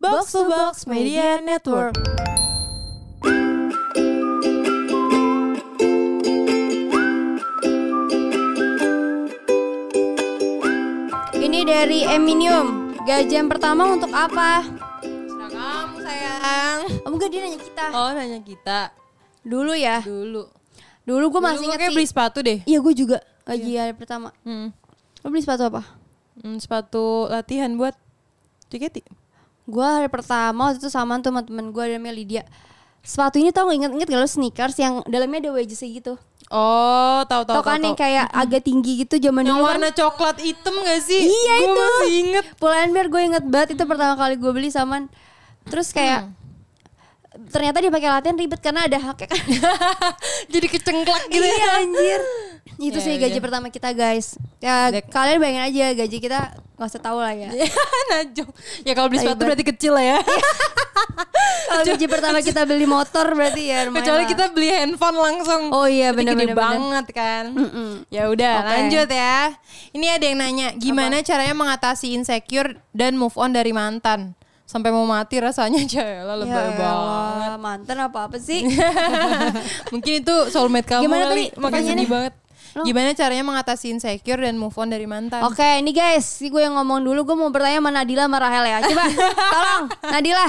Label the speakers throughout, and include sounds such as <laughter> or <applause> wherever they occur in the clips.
Speaker 1: Box to Box Media Network.
Speaker 2: Ini dari Eminium. Gajian pertama untuk apa?
Speaker 1: Nah, kamu sayang.
Speaker 2: Oh, enggak dia nanya kita.
Speaker 1: Oh nanya kita
Speaker 2: Dulu ya.
Speaker 1: dulu.
Speaker 2: Dulu gue masih
Speaker 1: Dulu gua
Speaker 2: inget
Speaker 1: kayak
Speaker 2: sih.
Speaker 1: beli sepatu deh.
Speaker 2: Iya gue juga. Gajian pertama.
Speaker 1: Hmm.
Speaker 2: Lo beli sepatu apa?
Speaker 1: Hmm, sepatu latihan buat JKT.
Speaker 2: Gue hari pertama waktu itu sama tuh sama temen gue namanya Lydia. Sepatu ini tau gak inget-inget gak lo sneakers yang dalamnya ada wedges gitu.
Speaker 1: Oh, tahu tahu
Speaker 2: Tau kan yang kayak agak tinggi gitu zaman
Speaker 1: yang
Speaker 2: dulu kan.
Speaker 1: warna coklat hitam gak sih?
Speaker 2: Iya,
Speaker 1: Gua
Speaker 2: itu.
Speaker 1: masih inget.
Speaker 2: Pull&Bear gue inget banget itu pertama kali gue beli saman. Terus kayak ternyata dia pakai latihan ribet karena ada haknya kan.
Speaker 1: <laughs> Jadi kecengklak <laughs> gitu
Speaker 2: iya
Speaker 1: <laughs> ya.
Speaker 2: anjir. Itu
Speaker 1: Ya
Speaker 2: sih gaji
Speaker 1: udah.
Speaker 2: pertama kita guys. Ya
Speaker 1: Dek. Iya.
Speaker 2: kalian bayangin aja gaji kita nggak usah tahu lah ya.
Speaker 1: Najong. Ya kalau beli sepatu
Speaker 2: Ribet.
Speaker 1: berarti kecil lah ya.
Speaker 2: Kalau gaji pertama kita beli motor berarti ya
Speaker 1: <laughs>
Speaker 2: lumayan
Speaker 1: Kecuali
Speaker 2: lah.
Speaker 1: kita beli handphone langsung.
Speaker 2: Oh iya,
Speaker 1: Itu
Speaker 2: bener,
Speaker 1: gede
Speaker 2: bener, bener.
Speaker 1: banget kan.
Speaker 2: Mm-mm.
Speaker 1: Ya udah,
Speaker 2: Oke.
Speaker 1: lanjut ya. Ini ada yang nanya, gimana caranya mengatasi insecure dan move on dari mantan? Sampai mau mati rasanya <laughs> Caya lebay
Speaker 2: ya,
Speaker 1: banget. Iya.
Speaker 2: Allah, mantan apa apa
Speaker 1: <laughs>
Speaker 2: sih?
Speaker 1: Mungkin itu soulmate kamu
Speaker 2: Gimana
Speaker 1: kali.
Speaker 2: tadi
Speaker 1: Makanya
Speaker 2: pertanyaannya?
Speaker 1: sedih banget.
Speaker 2: Lo- Oh,
Speaker 1: Gimana caranya mengatasi insecure dan move on dari mantan?
Speaker 2: Oke, ini guys, ini gue yang ngomong dulu, gue mau bertanya sama Nadila sama Rahel ya.
Speaker 1: <laughs>
Speaker 2: Coba, tolong, Nadila.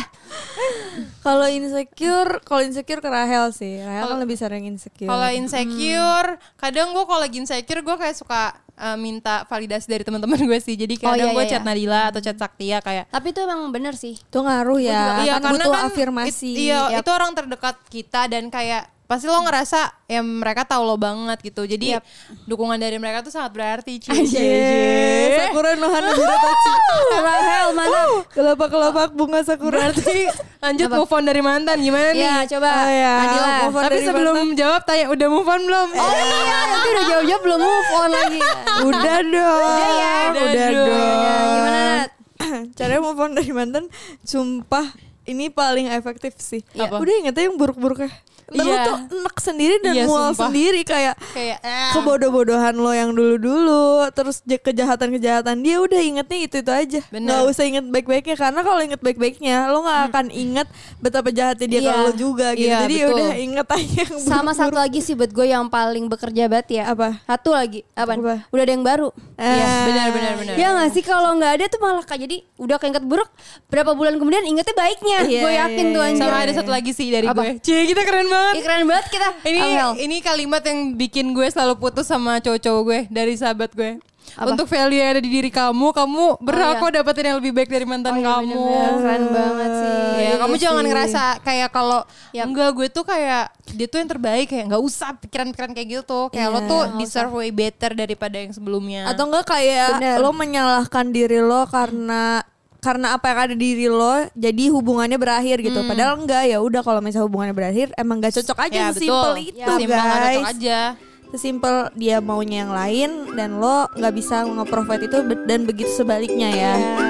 Speaker 3: Kalau insecure, kalau insecure ke Rahel sih. Rahel kan lebih sering insecure.
Speaker 1: Kalau insecure, kadang gue kalau lagi insecure gue kayak suka eh, minta validasi dari teman-teman <laughs> gue sih. Jadi
Speaker 2: Oh,
Speaker 1: kadang
Speaker 2: iya,
Speaker 1: gue
Speaker 2: iya,
Speaker 1: chat
Speaker 2: iya.
Speaker 1: Nadila atau chat Saktia kayak
Speaker 2: Tapi itu emang bener sih.
Speaker 3: itu ngaruh ya.
Speaker 1: Iya, karena
Speaker 3: kan butuh
Speaker 1: kan
Speaker 3: afirmasi.
Speaker 1: it-
Speaker 3: <laughs>
Speaker 1: iya,
Speaker 2: Yap.
Speaker 1: itu orang terdekat kita dan kayak pasti lo ngerasa ya mereka tahu lo banget gitu. Jadi dukungan dari mereka tuh sangat berarti.
Speaker 3: Iya,
Speaker 1: cuy.
Speaker 3: Yeay, Sakura no Hana Jiratachi.
Speaker 2: Rahel mana?
Speaker 3: Uh. Kelopak-kelopak bunga Sakura. <laughs>
Speaker 1: Berarti lanjut move on dari mantan gimana nih?
Speaker 2: Iya, coba.
Speaker 3: Oh, ya.
Speaker 2: Nadila.
Speaker 3: Move on
Speaker 1: Tapi
Speaker 3: dari
Speaker 1: sebelum jawab tanya udah move on belum?
Speaker 2: Oh iya, nanti udah jauh-jauh belum move on lagi.
Speaker 3: Udah dong. Udah
Speaker 2: ya.
Speaker 3: Udah,
Speaker 1: Udah
Speaker 2: Nah,
Speaker 3: dong.
Speaker 2: <laughs> gimana Nat?
Speaker 3: <clears throat> Caranya move on dari mantan, sumpah ini paling efektif sih.
Speaker 1: Apa?
Speaker 3: Udah inget aja yang buruk-buruknya.
Speaker 1: Iya.
Speaker 3: Ntar lu tuh enak sendiri dan
Speaker 1: Iya,
Speaker 3: mual
Speaker 1: sumpah.
Speaker 3: sendiri kayak
Speaker 1: Kayak
Speaker 3: kebodoh-bodohan lo yang dulu-dulu terus je- kejahatan-kejahatan dia udah ingetnya itu-itu aja
Speaker 1: Bener. Hmm.
Speaker 3: nggak usah inget baik-baiknya karena kalau inget baik-baiknya lo nggak akan inget betapa jahatnya dia
Speaker 2: Iya.
Speaker 3: kalau lo juga gitu
Speaker 1: Iya,
Speaker 3: jadi
Speaker 1: betul.
Speaker 3: udah inget aja yang
Speaker 2: Sama
Speaker 3: buruk-buruk.
Speaker 2: satu lagi sih buat gue yang paling bekerja banget ya.
Speaker 3: Apa?
Speaker 2: Satu lagi. Apa? Ah.
Speaker 3: Apa?
Speaker 2: Udah ada yang baru.
Speaker 1: Iya,
Speaker 3: Eh,
Speaker 1: benar benar benar.
Speaker 2: Ya nggak sih kalau nggak ada tuh malah kayak jadi udah keinget buruk berapa bulan kemudian ingetnya baiknya.
Speaker 3: Iya,
Speaker 2: gue yakin
Speaker 3: iya,
Speaker 2: tuh anjir.
Speaker 1: Sama ada satu lagi sih dari
Speaker 2: Apa?
Speaker 1: gue. Cie, kita keren banget.
Speaker 2: Ih, keren banget kita.
Speaker 1: Ini
Speaker 2: Amel.
Speaker 1: ini kalimat yang bikin gue selalu putus sama cowok-cowok gue dari sahabat gue.
Speaker 2: Apa?
Speaker 1: Untuk value yang ada di diri kamu, kamu berhak
Speaker 2: iya.
Speaker 1: kok dapetin yang lebih baik dari mantan kamu.
Speaker 2: Bener, Iya, keren banget sih.
Speaker 1: Ya, kamu jangan ngerasa kayak kalau
Speaker 2: Yap.
Speaker 1: enggak gue tuh kayak dia tuh yang terbaik kayak nggak usah pikiran-pikiran kayak gitu tuh. Kayak lo tuh deserve way better daripada yang sebelumnya.
Speaker 3: atau enggak kayak lo menyalahkan diri lo karena karena apa yang ada di diri lo jadi hubungannya berakhir
Speaker 1: Hmm.
Speaker 3: gitu padahal enggak ya udah kalau misalnya hubungannya berakhir emang gak cocok aja
Speaker 1: Ya,
Speaker 3: sesimpel
Speaker 1: betul.
Speaker 3: itu
Speaker 1: Sesimpel nggak
Speaker 3: guys
Speaker 1: cocok aja.
Speaker 3: sesimpel
Speaker 1: Iya.
Speaker 3: dia maunya yang lain dan lo nggak bisa nge-provide itu be- dan begitu sebaliknya ya